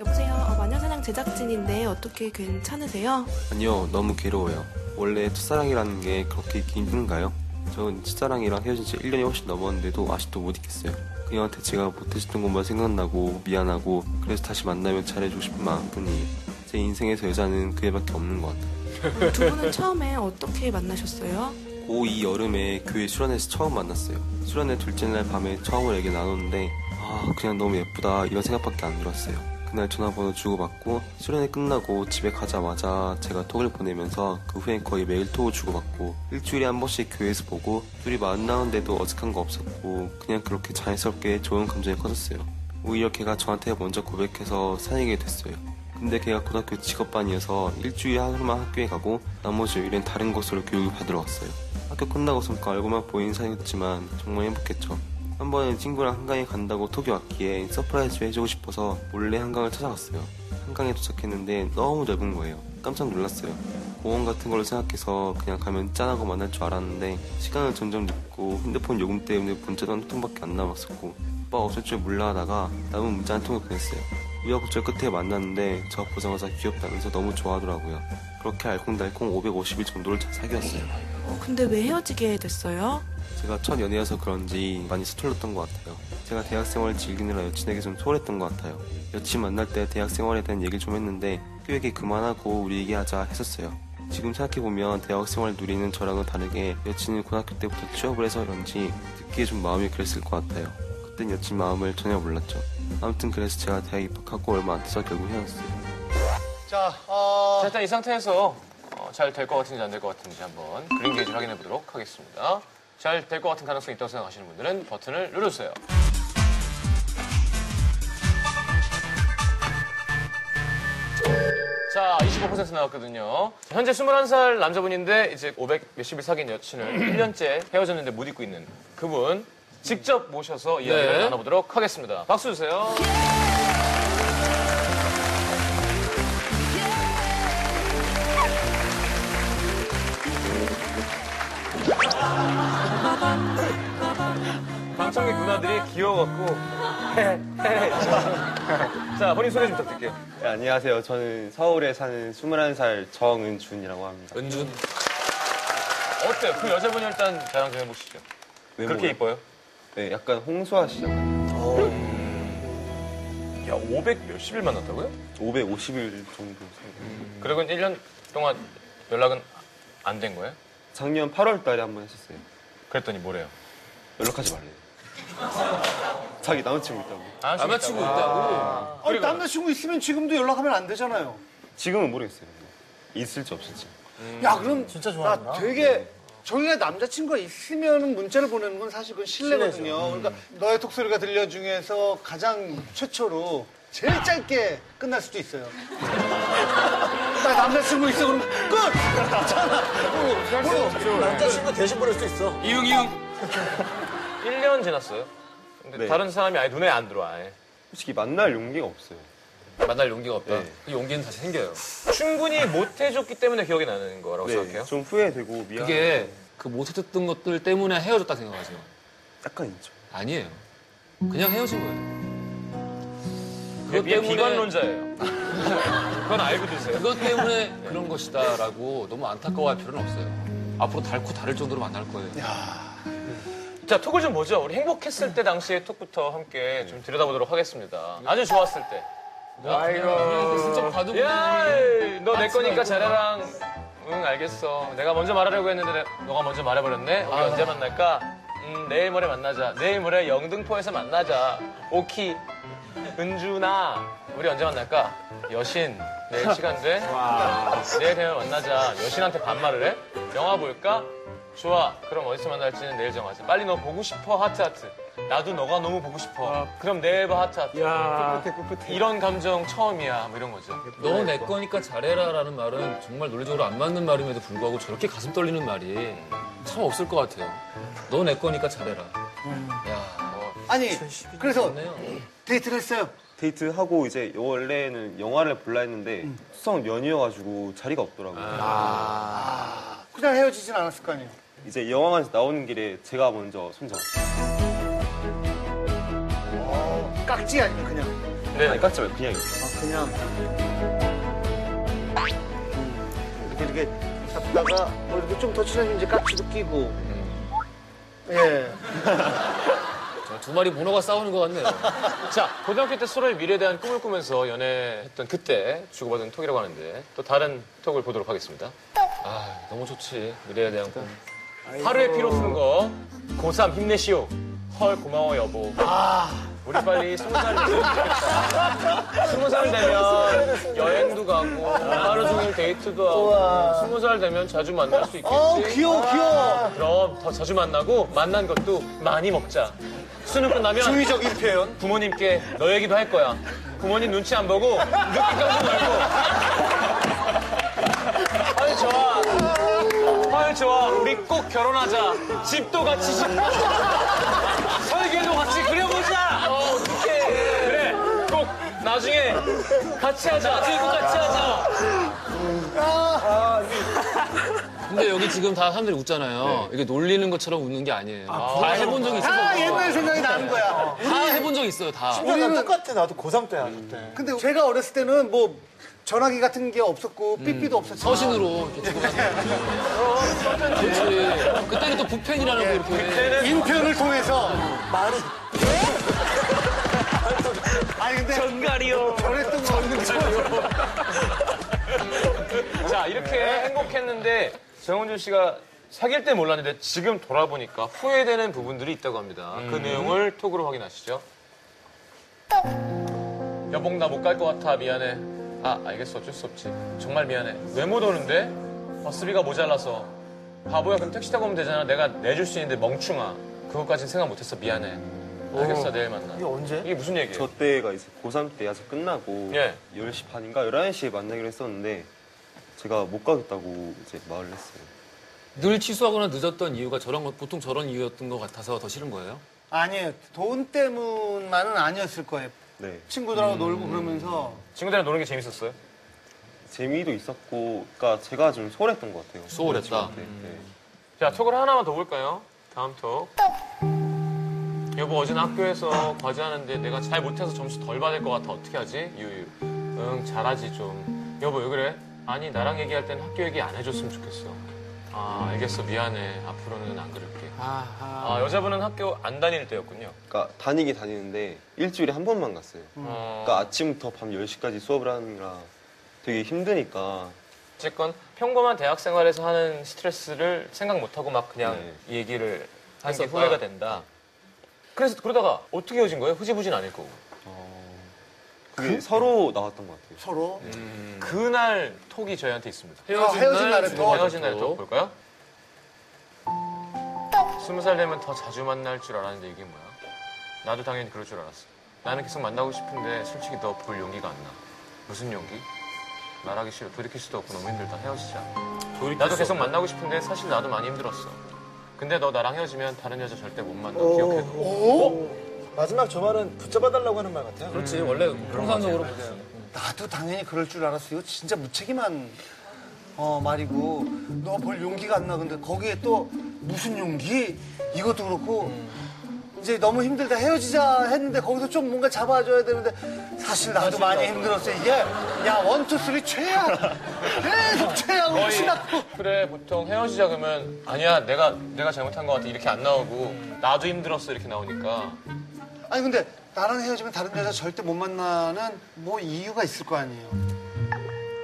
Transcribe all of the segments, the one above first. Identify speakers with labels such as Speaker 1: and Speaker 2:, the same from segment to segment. Speaker 1: 어, 제작진인데 어떻게 괜찮으세요?
Speaker 2: 아니요, 너무 괴로워요. 원래 첫사랑이라는 게 그렇게 있기 힘든가요? 전 첫사랑이랑 헤어진 지 1년이 훨씬 넘었는데도 아직도 못 잊겠어요. 그녀한테 제가 못해줬던 것만 생각나고 미안하고 그래서 다시 만나면 잘해주고 싶은 마음뿐이에요. 제 인생에서 여자는 그애밖에 없는 것 같아요.
Speaker 1: 어, 두 분은 처음에 어떻게 만나셨어요?
Speaker 2: 고2 여름에 교회 수련회에서 처음 만났어요. 수련회 둘째 날 밤에 처음으로 얘기 나눴는데 아 그냥 너무 예쁘다 이런 생각밖에 안 들었어요. 그날 전화번호 주고받고 수련회 끝나고 집에 가자마자 제가 톡을 보내면서 그 후엔 거의 매일 톡을 주고받고 일주일에 한 번씩 교회에서 보고 둘이 만나는데도 어색한 거 없었고 그냥 그렇게 자연스럽게 좋은 감정이 커졌어요. 오히려 걔가 저한테 먼저 고백해서 사귀게 됐어요. 근데 걔가 고등학교 직업반이어서 일주일에 하루만 학교에 가고 나머지 일은 다른 곳으로 교육을 받으러 왔어요. 학교 끝나고 손가 얼굴만 보인 사이였지만 정말 행복했죠. 한 번은 친구랑 한강에 간다고 톡이 왔기에 서프라이즈 해주고 싶어서 몰래 한강을 찾아갔어요. 한강에 도착했는데 너무 넓은 거예요. 깜짝 놀랐어요. 공원 같은 걸로 생각해서 그냥 가면 짠하고 만날 줄 알았는데 시간은 점점 늦고 핸드폰 요금 때문에 문자도 한 통밖에 안 남았었고 오빠 어쩔 줄 몰라 하다가 남은 문자 한 통을 보냈어요. 우여곡절 끝에 만났는데 저 보자마자 귀엽다면서 너무 좋아하더라고요. 그렇게 알콩달콩 550일 정도를 잘 사귀었어요.
Speaker 1: 어, 근데 왜 헤어지게 됐어요?
Speaker 2: 제가 첫 연애여서 그런지 많이 서툴렀던 것 같아요. 제가 대학생활을 즐기느라 여친에게 좀 소홀했던 것 같아요. 여친 만날 때 대학생활에 대한 얘기를 좀 했는데 그 얘기 그만하고 우리 얘기하자 했었어요. 지금 생각해보면 대학생활 누리는 저랑은 다르게 여친은 고등학교 때부터 취업을 해서 그런지 듣기에 좀 마음이 그랬을 것 같아요. 그땐 여친 마음을 전혀 몰랐죠. 아무튼 그래서 제가 대학 입학하고 얼마 안 돼서 결국 헤어졌어요.
Speaker 3: 자, 어,
Speaker 4: 자, 일단 이 상태에서 어, 잘 될 것 같은지 안 될 것 같은지 한번 그린 게이지를 확인해 보도록 하겠습니다. 잘 될 것 같은 가능성이 있다고 생각하시는 분들은 버튼을 누르세요. 자, 25% 나왔거든요. 현재 21살 남자분인데 이제 500 몇십일 사귄 여친을 1년째 헤어졌는데 못 잊고 있는 그분 직접 모셔서 이야기를
Speaker 5: 네.
Speaker 4: 나눠보도록 하겠습니다. 박수 주세요. 방청객 누나들이 귀여워갖고 자, 본인 소개 좀 부탁드릴게요.
Speaker 2: 네, 안녕하세요. 저는 서울에 사는 21살 정은준이라고 합니다.
Speaker 4: 은준. 어때요? 그 여자분이 일단 자랑 좀 해보시죠. 그렇게 이뻐요?
Speaker 2: 네, 약간 홍수아 씨
Speaker 4: 야, 500 몇십일 만났다고요?
Speaker 2: 550일 정도 사귀
Speaker 4: 음, 그리고 1년 동안 연락은 안 된 거예요?
Speaker 2: 작년 8월 달에 한 번 했었어요.
Speaker 4: 그랬더니 뭐래요?
Speaker 2: 연락하지 말래요. 자기 남자친구 있다고.
Speaker 4: 안
Speaker 5: 아마치고
Speaker 4: 친다고.
Speaker 5: 있다고.
Speaker 3: 아니, 어, 남자친구 있으면 지금도 연락하면 안 되잖아요.
Speaker 2: 지금은 모르겠어요. 있을지 없을지.
Speaker 3: 야, 그럼
Speaker 6: 진짜
Speaker 3: 나
Speaker 6: 좋아하는구나.
Speaker 3: 되게 정희가 남자친구가 있으면 문자를 보내는 건 사실 그건 신뢰거든요. 그러니까 너의 톡소리가 들려 중에서 가장 최초로 제일 짧게 끝날 수도 있어요. 나 남자친구 있어 그럼 끝! 나잖아.
Speaker 6: 남자친구 대신 보낼 수도 있어.
Speaker 5: 이응 이응.
Speaker 4: 1년 지났어요. 근데
Speaker 2: 네.
Speaker 4: 다른 사람이 아예 눈에 안 들어와. 아예.
Speaker 2: 솔직히 만날 용기가 없어요.
Speaker 5: 만날 용기가 없다.
Speaker 2: 네.
Speaker 5: 그 용기는 다시 생겨요.
Speaker 4: 충분히 못 해줬기 때문에 기억이 나는 거라고 생각해요.
Speaker 2: 좀 후회되고 미안.
Speaker 5: 그게 그 못했던 것들 때문에 헤어졌다 생각하세요.
Speaker 2: 약간 있죠.
Speaker 5: 아니에요. 그냥 헤어진 거예요.
Speaker 4: 그게 네, 비관론자예요. 그건 알고 드세요.
Speaker 5: 그것 때문에 그런 것이다라고 너무 안타까워할 필요는 없어요. 앞으로 닳고 다를 정도로 만날 거예요.
Speaker 4: 자, 톡을 좀 보죠. 우리 행복했을 때 당시의 톡부터 함께 좀 들여다보도록 하겠습니다. 아주 좋았을 때.
Speaker 5: 아이고. 슬쩍 봐도
Speaker 4: 야, 네. 너 내 거니까 잘해랑. 응, 알겠어. 내가 먼저 말하려고 했는데 너가 먼저 말해버렸네. 우리 언제 만날까? 음, 내일 모레 만나자. 내일 모레 영등포에서 만나자. 오키, 은주나. 우리 언제 만날까? 여신. 내일 시간 돼? 내일 되면 만나자. 여신한테 반말을 해? 영화 볼까? 좋아. 그럼 어디서 만날지는 내일 정하자. 빨리 너 보고 싶어. 하트 하트. 나도 너가 너무 보고 싶어. 그럼 내일 봐 하트 하트. 이런 감정 처음이야. 뭐 이런 거죠.
Speaker 5: 너 내 거니까 잘해라라는 말은 정말 논리적으로 안 맞는 말임에도 불구하고 저렇게 가슴 떨리는 말이 참 없을 것 같아요. 너 내 거니까 잘해라. 야,
Speaker 3: 아니, 그래서
Speaker 5: 좋네요.
Speaker 3: 데이트를 했어요.
Speaker 2: 데이트하고 이제 원래는 영화를 볼라 했는데 수성 연이어가지고 자리가 없더라고요.
Speaker 3: 그냥 헤어지진 않았을 거 아니에요.
Speaker 2: 이제 영화관에서 나오는 길에 제가 먼저 손잡았어요.
Speaker 3: 깍지 아니면 그냥.
Speaker 4: 네.
Speaker 7: 아니 깎지 말고 그냥 이렇게.
Speaker 3: 아, 그냥. 음, 이렇게, 이렇게 잡다가, 뭐 이렇게 좀 더 친하면 이제 깍지도 끼고. 예.
Speaker 5: 정말 아, 두 마리 문어가 싸우는 것 같네요.
Speaker 4: 자, 고등학교 때 서로의 미래에 대한 꿈을 꾸면서 연애했던 그때 주고받은 톡이라고 하는데 또 다른 톡을 보도록 하겠습니다.
Speaker 5: 아, 너무 좋지. 미래에 대한 꿈.
Speaker 4: 하루의 피로 푼 거. 고3 힘내시오. 헐 고마워 여보. 아. 우리 빨리 스무 살이 됐으면 좋겠다. 스무 살 되면 여행도 가고 하루 종일 데이트도 하고 스무 살 되면 자주 만날 수 있겠지.
Speaker 3: 어, 귀여워, 귀여워.
Speaker 4: 그럼 더 자주 만나고 만난 것도 많이 먹자. 수능 끝나면
Speaker 3: 중의적인 표현.
Speaker 4: 부모님께 너 얘기도 할 거야. 부모님 눈치 안 보고 늦게까지 말고. 헐 좋아. 헐 좋아. 우리 꼭 결혼하자. 집도 같이 짓고 설계도 같이 그려보자. 어, 어떡해. 그래. 꼭 나중에 같이 하자. 나중에 꼭 같이 하자. 어.
Speaker 5: 근데 여기 지금 다 사람들이
Speaker 2: 네.
Speaker 5: 웃잖아요. 이게 놀리는 것처럼 웃는 게 아니에요. 다 해본 적이 있어서.
Speaker 3: 다 아, 옛날 생각이 나는 거야.
Speaker 5: 다 해본 적 있어요, 다.
Speaker 6: 우리는 똑같아. 나도 고3 때야, 그때.
Speaker 3: 근데 제가 어렸을 때는 뭐 전화기 같은 게 없었고, 삐삐도 없었지만.
Speaker 5: 서신으로 이렇게 주고 그렇죠. 그렇지. 그때는 또 부펜이라는 거 이렇게.
Speaker 3: 아. 인편을 통해서.
Speaker 6: 말이.
Speaker 3: 아니, 근데.
Speaker 4: 정갈이요.
Speaker 3: 전했던 거 없는 게
Speaker 4: 자, 이렇게 행복했는데 정은주 씨가 사귈 때 몰랐는데 지금 돌아보니까 후회되는 부분들이 있다고 합니다. 그 내용을 톡으로 확인하시죠. 여봉 나 못 갈 것 같아 미안해. 아 알겠어 어쩔 수 없지. 정말 미안해. 왜 못 오는데? 버스비가 모자라서. 바보야 그럼 택시 타고 오면 되잖아. 내가 내줄 수 있는데 멍충아. 그것까진 생각 못했어 미안해. 알겠어 내일 만나. 이게 언제? 이게 무슨 얘기예요?
Speaker 2: 저 때가 이제 고3 때 야자 끝나고
Speaker 4: 네. 예.
Speaker 2: 10시 반인가 11시에 만나기로 했었는데 제가 못 가겠다고 이제 말을 했어요.
Speaker 5: 늘 취소하거나 늦었던 이유가 저런 거, 보통 저런 이유였던 것 같아서 더 싫은 거예요?
Speaker 3: 아니에요. 돈 때문만은 아니었을 거예요.
Speaker 2: 네.
Speaker 3: 친구들하고 놀고 그러면서.
Speaker 4: 친구들이랑 노는 게 재밌었어요?
Speaker 2: 재미도 있었고 그러니까 제가 좀 소홀했던 것 같아요.
Speaker 5: 소홀했다.
Speaker 2: 네, 네.
Speaker 4: 자, 톡을 하나만 더 볼까요? 다음 톡. 여보, 어제는 학교에서 과제하는데 내가 잘 못해서 점수 덜 받을 것 같아. 어떻게 하지? 유유. 응, 잘하지 좀. 여보, 왜 그래? 아니, 나랑 얘기할 땐 학교 얘기 안 해줬으면 좋겠어. 아, 알겠어. 미안해. 앞으로는 안 그럴게. 아, 여자분은 학교 안 다닐 때였군요.
Speaker 2: 그러니까 다니긴 다니는데 일주일에 한 번만 갔어요.
Speaker 4: 어,
Speaker 2: 그러니까 아침부터 밤 10시까지 수업을 하느라 되게 힘드니까
Speaker 4: 어쨌건 평범한 대학 생활에서 하는 스트레스를 생각 못하고 막 그냥
Speaker 2: 네.
Speaker 4: 얘기를 한 게 후회가 된다. 그래서 그러다가 어떻게 헤어진 거예요? 흐지부진 아닐 거고.
Speaker 2: 그게 서로 나왔던 것 같아요.
Speaker 3: 서로.
Speaker 4: 음. 그날 톡이 저희한테 있습니다. 네,
Speaker 3: 아, 헤어진 날에 또.
Speaker 4: 헤어진 날에 톡 볼까요? 스무 살 되면 더 자주 만날 줄 알았는데 이게 뭐야? 나도 당연히 그럴 줄 알았어. 나는 계속 만나고 싶은데 솔직히 너 볼 용기가 안 나. 무슨 용기? 말하기 싫어. 돌이킬 수도 없고 너무 힘들다. 헤어지자. 나도 계속 만나고 싶은데 사실 나도 많이 힘들었어. 근데 너 나랑 헤어지면 다른 여자 절대 못 만나. 기억해둬.
Speaker 6: 마지막 저 말은 붙잡아달라고 하는 말 같아요.
Speaker 5: 그렇지, 원래 통상적으로.
Speaker 3: 나도 당연히 그럴 줄 알았어. 이거 진짜 무책임한 어, 말이고 너 벌 용기가 안 나. 근데 거기에 또 무슨 용기? 이것도 그렇고 이제 너무 힘들다 헤어지자 했는데 거기서 좀 뭔가 잡아줘야 되는데 사실 나도 많이 힘들었어. 이게 야 원투 쓰리 최악. 계속 최악으로 치닫고
Speaker 4: 그래 보통 헤어지자 그러면 아니야 내가 내가 잘못한 것 같아 이렇게 안 나오고 나도 힘들었어 이렇게 나오니까
Speaker 3: 아니 근데 나랑 헤어지면 다른 여자 절대 못 만나는 뭐 이유가 있을 거 아니에요.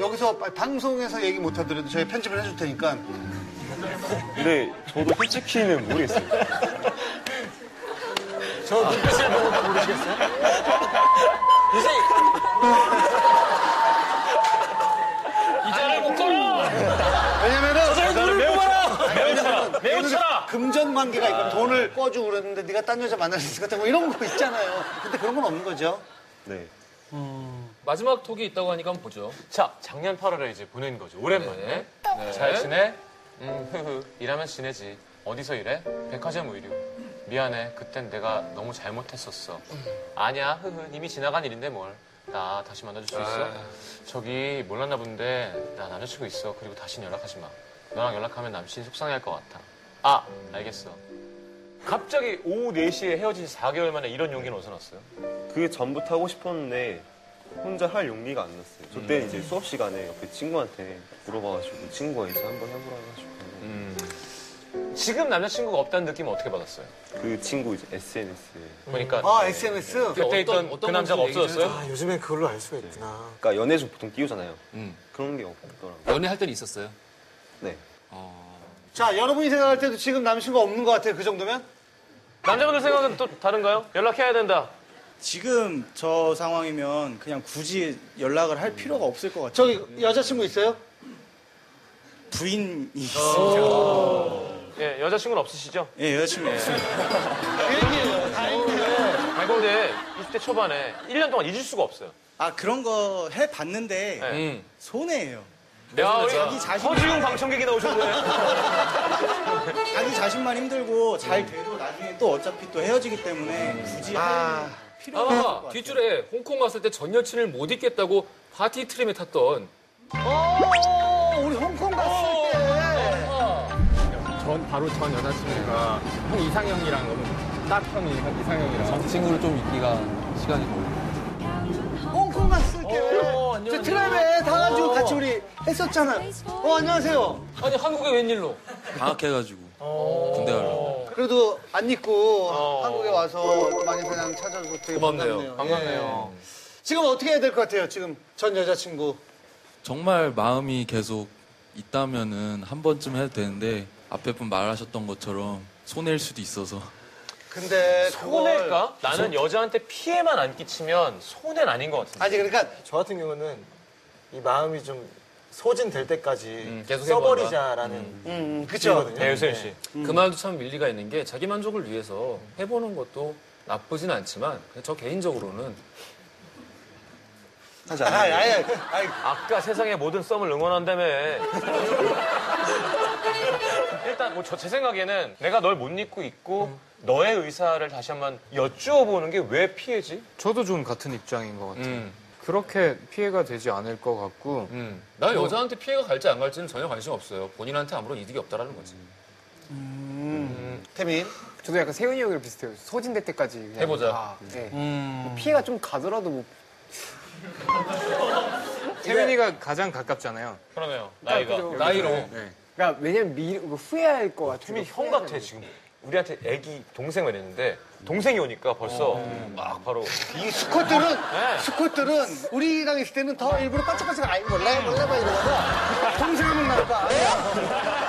Speaker 3: 여기서 방송에서 얘기 못 하더라도 저희 편집을 해줄 테니까
Speaker 2: 근데 저도 솔직히는 모르겠어요.
Speaker 3: 왜냐면은 매우 차라 금전 관계가 있고 돈을 꿔주고 그랬는데 네가 딴 여자 만날 수 있을 것 같아 뭐 이런 거 있잖아요 근데 그런 건 없는 거죠
Speaker 2: 네.
Speaker 5: 마지막 톡이 있다고 하니까 한번 보죠.
Speaker 4: 자, 작년 8월에 이제 보낸 거죠. 오랜만에. 네. 잘 지내? 음, 흐흐. 일하면 지내지. 어디서 일해? 백화점 의류. 미안해. 그땐 내가 너무 잘못했었어. 아니야. 흐흐. 이미 지나간 일인데 뭘. 나 다시 만나줄 수 있어? 저기 몰랐나 본데 나 남자친구 있어. 그리고 다신 연락하지 마. 너랑 연락하면 남친 속상해할 것 같아. 아, 알겠어. 갑자기 오후 4시에 헤어진 지 4개월 만에 이런 용기는 어디서 났어요?
Speaker 7: 그 전부터 하고 싶었는데 혼자 할 용기가 안 났어요. 저 때는
Speaker 5: 음.
Speaker 7: 이제 수업 시간에 옆에 친구한테 물어봐가지고 친구가 이제 한번 해보라 해가지고
Speaker 4: 지금 남자친구가 없다는 느낌은 어떻게 받았어요?
Speaker 7: 그 친구 이제 SNS에
Speaker 4: 그러니까
Speaker 3: 아, SNS?
Speaker 4: 그때
Speaker 5: 어떤-
Speaker 4: 있던
Speaker 5: 어떤
Speaker 4: 그 남자가
Speaker 5: 건지 얘기 좀
Speaker 4: 없어졌어요?
Speaker 6: 아, 요즘엔 그걸로 알 수가 있구나.
Speaker 7: 그러니까 연애에서 보통 띄우잖아요.
Speaker 5: 음.
Speaker 7: 그런 게 없더라고요.
Speaker 5: 연애할 때는 있었어요?
Speaker 7: 네.
Speaker 3: 자, 여러분이 생각할 때도 지금 남친과 없는 것 같아요. 그 정도면?
Speaker 4: 남자분들 생각은 또 다른가요? 연락해야 된다.
Speaker 8: 지금 저 상황이면 그냥 굳이 연락을 할 필요가 없을 것 같아요.
Speaker 3: 저기 여자친구 있어요?
Speaker 8: 부인이 있으니까.
Speaker 4: 예, 여자친구는 없으시죠?
Speaker 8: 예, 여자친구 있어요.
Speaker 3: 얘기해요. 다행이에요.
Speaker 4: 아니, 근데 20대 초반에 1년 동안 잊을 수가 없어요.
Speaker 8: 아, 그런 거 해봤는데
Speaker 4: 네.
Speaker 5: 음.
Speaker 8: 손해예요.
Speaker 4: 야, 우리
Speaker 8: 자기 자신이-
Speaker 4: 허지웅 방청객이 나오셨네.
Speaker 8: 자기 자신만 힘들고 잘 돼도 나중에 또 어차피 또 헤어지기 때문에 굳이
Speaker 9: 아,
Speaker 8: 할 필요가 없을 것
Speaker 5: 아,
Speaker 8: 같아요.
Speaker 5: 뒷줄에 홍콩 갔을 때 전 여친을 못 잊겠다고 파티 트림에 탔던
Speaker 3: 어, 우리 홍콩 갔을 때.
Speaker 10: 전 바로 전 여자친구가 형 이상형이랑 너무 딱 형이 형 이상형이랑 친구를 좀 있기가 시간이 걸려.
Speaker 3: 홍콩 갔을
Speaker 4: 오,
Speaker 3: 때. 저
Speaker 4: 어, 안녕하세요.
Speaker 3: 트랩에 다 가지고 같이 우리 했었잖아요. 어, 안녕하세요.
Speaker 5: 아니 한국에 웬일로?
Speaker 10: 방학해가지고 군대 가려고.
Speaker 3: 그래도 안 입고 한국에 와서 많이 그냥 찾아줘서 되게
Speaker 5: 고맙네요.
Speaker 3: 어. 반갑네요. 반갑네요. 지금 어떻게 해야 될 것 같아요? 지금 전 여자친구.
Speaker 10: 정말 마음이 계속 있다면은 한 번쯤 해도 되는데 앞에 분 말하셨던 것처럼 손해일 수도 있어서
Speaker 3: 근데 그걸
Speaker 4: 손해일까? 나는 여자한테 피해만 안 끼치면 손해는 아닌 것 같은데.
Speaker 3: 아니 그러니까
Speaker 6: 저 같은 경우는 이 마음이 좀 소진될 때까지
Speaker 5: 음, 계속
Speaker 6: 써버리자라는
Speaker 3: 음, 그죠.
Speaker 6: 뜻이거든요.
Speaker 4: 네, 유세윤 씨.
Speaker 5: 그 말도 참 일리가 있는 게 자기 만족을 위해서 해보는 것도 나쁘진 않지만 그냥 저 개인적으로는
Speaker 3: 아, 아예 아예
Speaker 4: 아까 세상의 모든 썸을 응원한다며. 일단 뭐 저 제 생각에는 내가 널 못 잊고 있고 너의 의사를 다시 한번 여쭈어보는 게 왜 피해지?
Speaker 9: 저도 좀 같은 입장인 것 같아요.
Speaker 5: 음,
Speaker 9: 그렇게 네, 피해가 되지 않을 것 같고
Speaker 5: 음. 나 여자한테 피해가 갈지 안 갈지는 전혀 관심 없어요. 본인한테 아무런 이득이 없다라는 거지.
Speaker 3: 태민.
Speaker 9: 저도 약간 세훈이 형이랑 비슷해요. 소진될 때까지 그냥
Speaker 5: 해보자.
Speaker 9: 다, 네.
Speaker 3: 음.
Speaker 9: 뭐 피해가 좀 가더라도 뭐 세훈이가 가장 가깝잖아요.
Speaker 4: 그러네요. 나이가.
Speaker 9: 그죠?
Speaker 5: 나이로.
Speaker 9: 네. 그러니까 왜냐면 미, 후회할 것 같아요.
Speaker 4: 태민이 형 같아 지금. 우리한테 애기 동생만 있는데 동생이 오니까 벌써 막 바로 네.
Speaker 3: 이 스쿼트는 스쿼트는 우리랑 있을 때는 더 일부러 반짝반짝 아이 몰래 몰래 막 이러다가 동생을 만날까.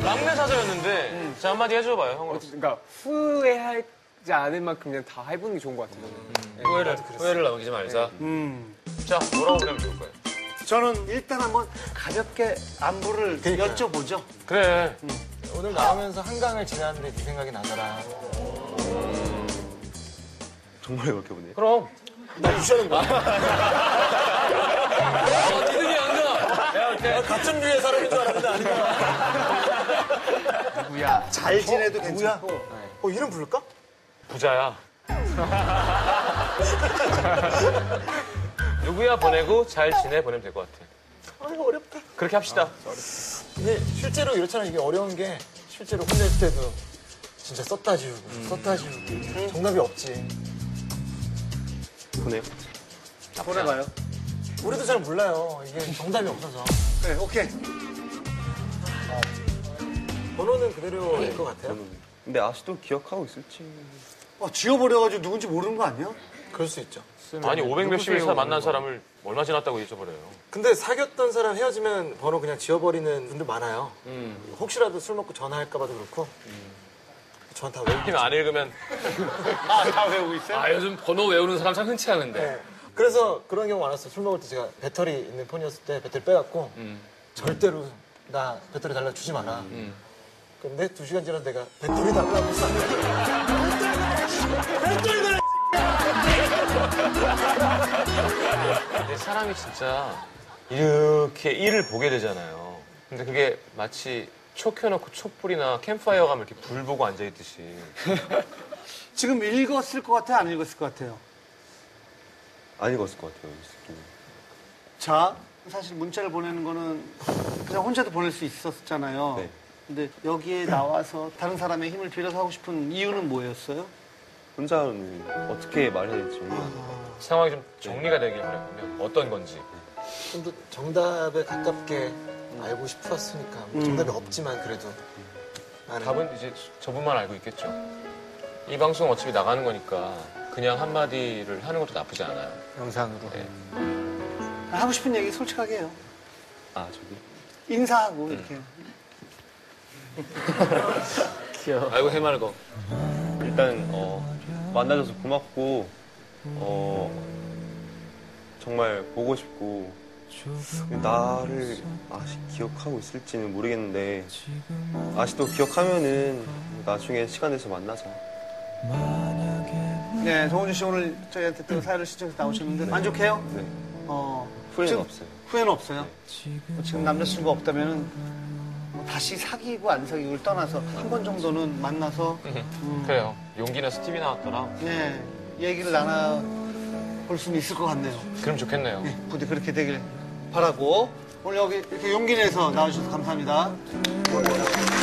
Speaker 4: 막내 사자였는데
Speaker 3: 음.
Speaker 4: 자 한마디 해줘봐요 형으로.
Speaker 9: 그러니까 후회하지 않을 만큼 그냥 다 해보는 게 좋은 것 같아요. 저는.
Speaker 5: 후회를 후회를 남기지 말자.
Speaker 3: 음.
Speaker 4: 자 뭐라고 하면 좋을까요?
Speaker 3: 저는 일단 한번 가볍게 안부를 여쭤보죠.
Speaker 4: 그래.
Speaker 6: 오늘 나오면서 한강을 지나는데 네 생각이 나더라.
Speaker 7: 정말 그렇게 보네요.
Speaker 4: 그럼
Speaker 6: 나 유시하는 거야.
Speaker 5: 어떻게 한다.
Speaker 6: 같은 류의 사람인 줄 알았는데 아니야.
Speaker 3: 잘 지내도 괜찮고.
Speaker 6: 어, 이름 부를까?
Speaker 4: 부자야. 누구야 보내고 잘 지내 보내면 될 것 같아.
Speaker 6: 아이고, 어렵다.
Speaker 4: 그렇게 합시다.
Speaker 6: 근데 실제로 이렇잖아. 이게 어려운 게 실제로 혼낼 때도 진짜 썼다 지우고
Speaker 7: 음.
Speaker 6: 썼다 지우고 정답이 없지.
Speaker 7: 보내요.
Speaker 3: 보내봐요.
Speaker 6: 우리도 잘 몰라요. 이게 정답이 없어서.
Speaker 3: 네, 오케이.
Speaker 6: 번호는 그대로일 것 같아요.
Speaker 7: 근데 아직도 기억하고 있을지.
Speaker 3: 어, 지워버려가지고 누군지 모르는 거 아니야?
Speaker 6: 그럴 수 있죠.
Speaker 4: 아니 500 몇십일 사 만난 사람을 얼마 지났다고 잊어버려요.
Speaker 6: 근데 사귀었던 사람 헤어지면 번호 그냥 지워버리는 분들 많아요. 혹시라도 술 먹고 전화할까봐도 그렇고. 전 다 외우고.
Speaker 4: 팀안 읽으면
Speaker 3: 아다 외우고 있어요?
Speaker 5: 아 요즘 번호 외우는 사람 참 흔치 않은데.
Speaker 6: 네. 그래서 그런 경우 많았어요. 술 먹을 때 제가 배터리 있는 폰이었을 때 배터리 빼갖고
Speaker 5: 음.
Speaker 6: 절대로 나 배터리 달라 주지 마라. 근데 두 시간 지나서 내가 배터리 달라고 썼는데
Speaker 4: 근데 사람이 진짜 이렇게 일을 보게 되잖아요. 근데 그게 마치 초 켜놓고 촛불이나 캠프파이어 가면 이렇게 불 보고 앉아있듯이.
Speaker 3: 지금 읽었을 것 같아요? 안 읽었을 것 같아요?
Speaker 7: 안 읽었을 것 같아요. 이 새끼는.
Speaker 3: 자, 사실 문자를 보내는 거는 그냥 혼자도 보낼 수 있었잖아요.
Speaker 7: 네.
Speaker 3: 근데 여기에 나와서 다른 사람의 힘을 빌어서 하고 싶은 이유는 뭐였어요?
Speaker 7: 혼자는 어떻게 말해야 될지 몰라요.
Speaker 4: 상황이 좀 정리가 되길 바랬군요. 어떤 건지.
Speaker 6: 좀 더 정답에 가깝게 알고 싶었으니까
Speaker 4: 음.
Speaker 6: 뭐 정답이 없지만 그래도 나는
Speaker 4: 답은 이제 저분만 알고 있겠죠. 이 방송 어차피 나가는 거니까 그냥 한마디를 하는 것도 나쁘지 않아요.
Speaker 6: 영상으로
Speaker 3: 하고 싶은 얘기 솔직하게 해요.
Speaker 7: 아, 저기. 네.
Speaker 3: 인사하고 이렇게.
Speaker 4: 알고 해맑어.
Speaker 7: 일단 어, 만나줘서 고맙고 어, 정말 보고 싶고 나를 아직 기억하고 있을지는 모르겠는데 아직도 기억하면은 나중에 시간 내서 만나자.
Speaker 3: 네, 정훈주 씨 오늘 저희한테 또 사연을 신청해서 나오셨는데 만족해요?
Speaker 7: 네.
Speaker 3: 어,
Speaker 7: 후회는
Speaker 3: 지금
Speaker 7: 없어요.
Speaker 3: 후회는 없어요. 어, 지금 남자친구 없다면은 뭐 다시 사귀고 안 사귀고를 떠나서 한 번 정도는 만나서
Speaker 7: 네.
Speaker 4: 그래요. 용기 내서 TV 나왔더라.
Speaker 3: 네, 얘기를 나눠 볼 수는 있을 것 같네요.
Speaker 4: 그럼 좋겠네요.
Speaker 3: 네, 부디 그렇게 되길 바라고 오늘 여기 이렇게 용기 내서 나와주셔서 감사합니다.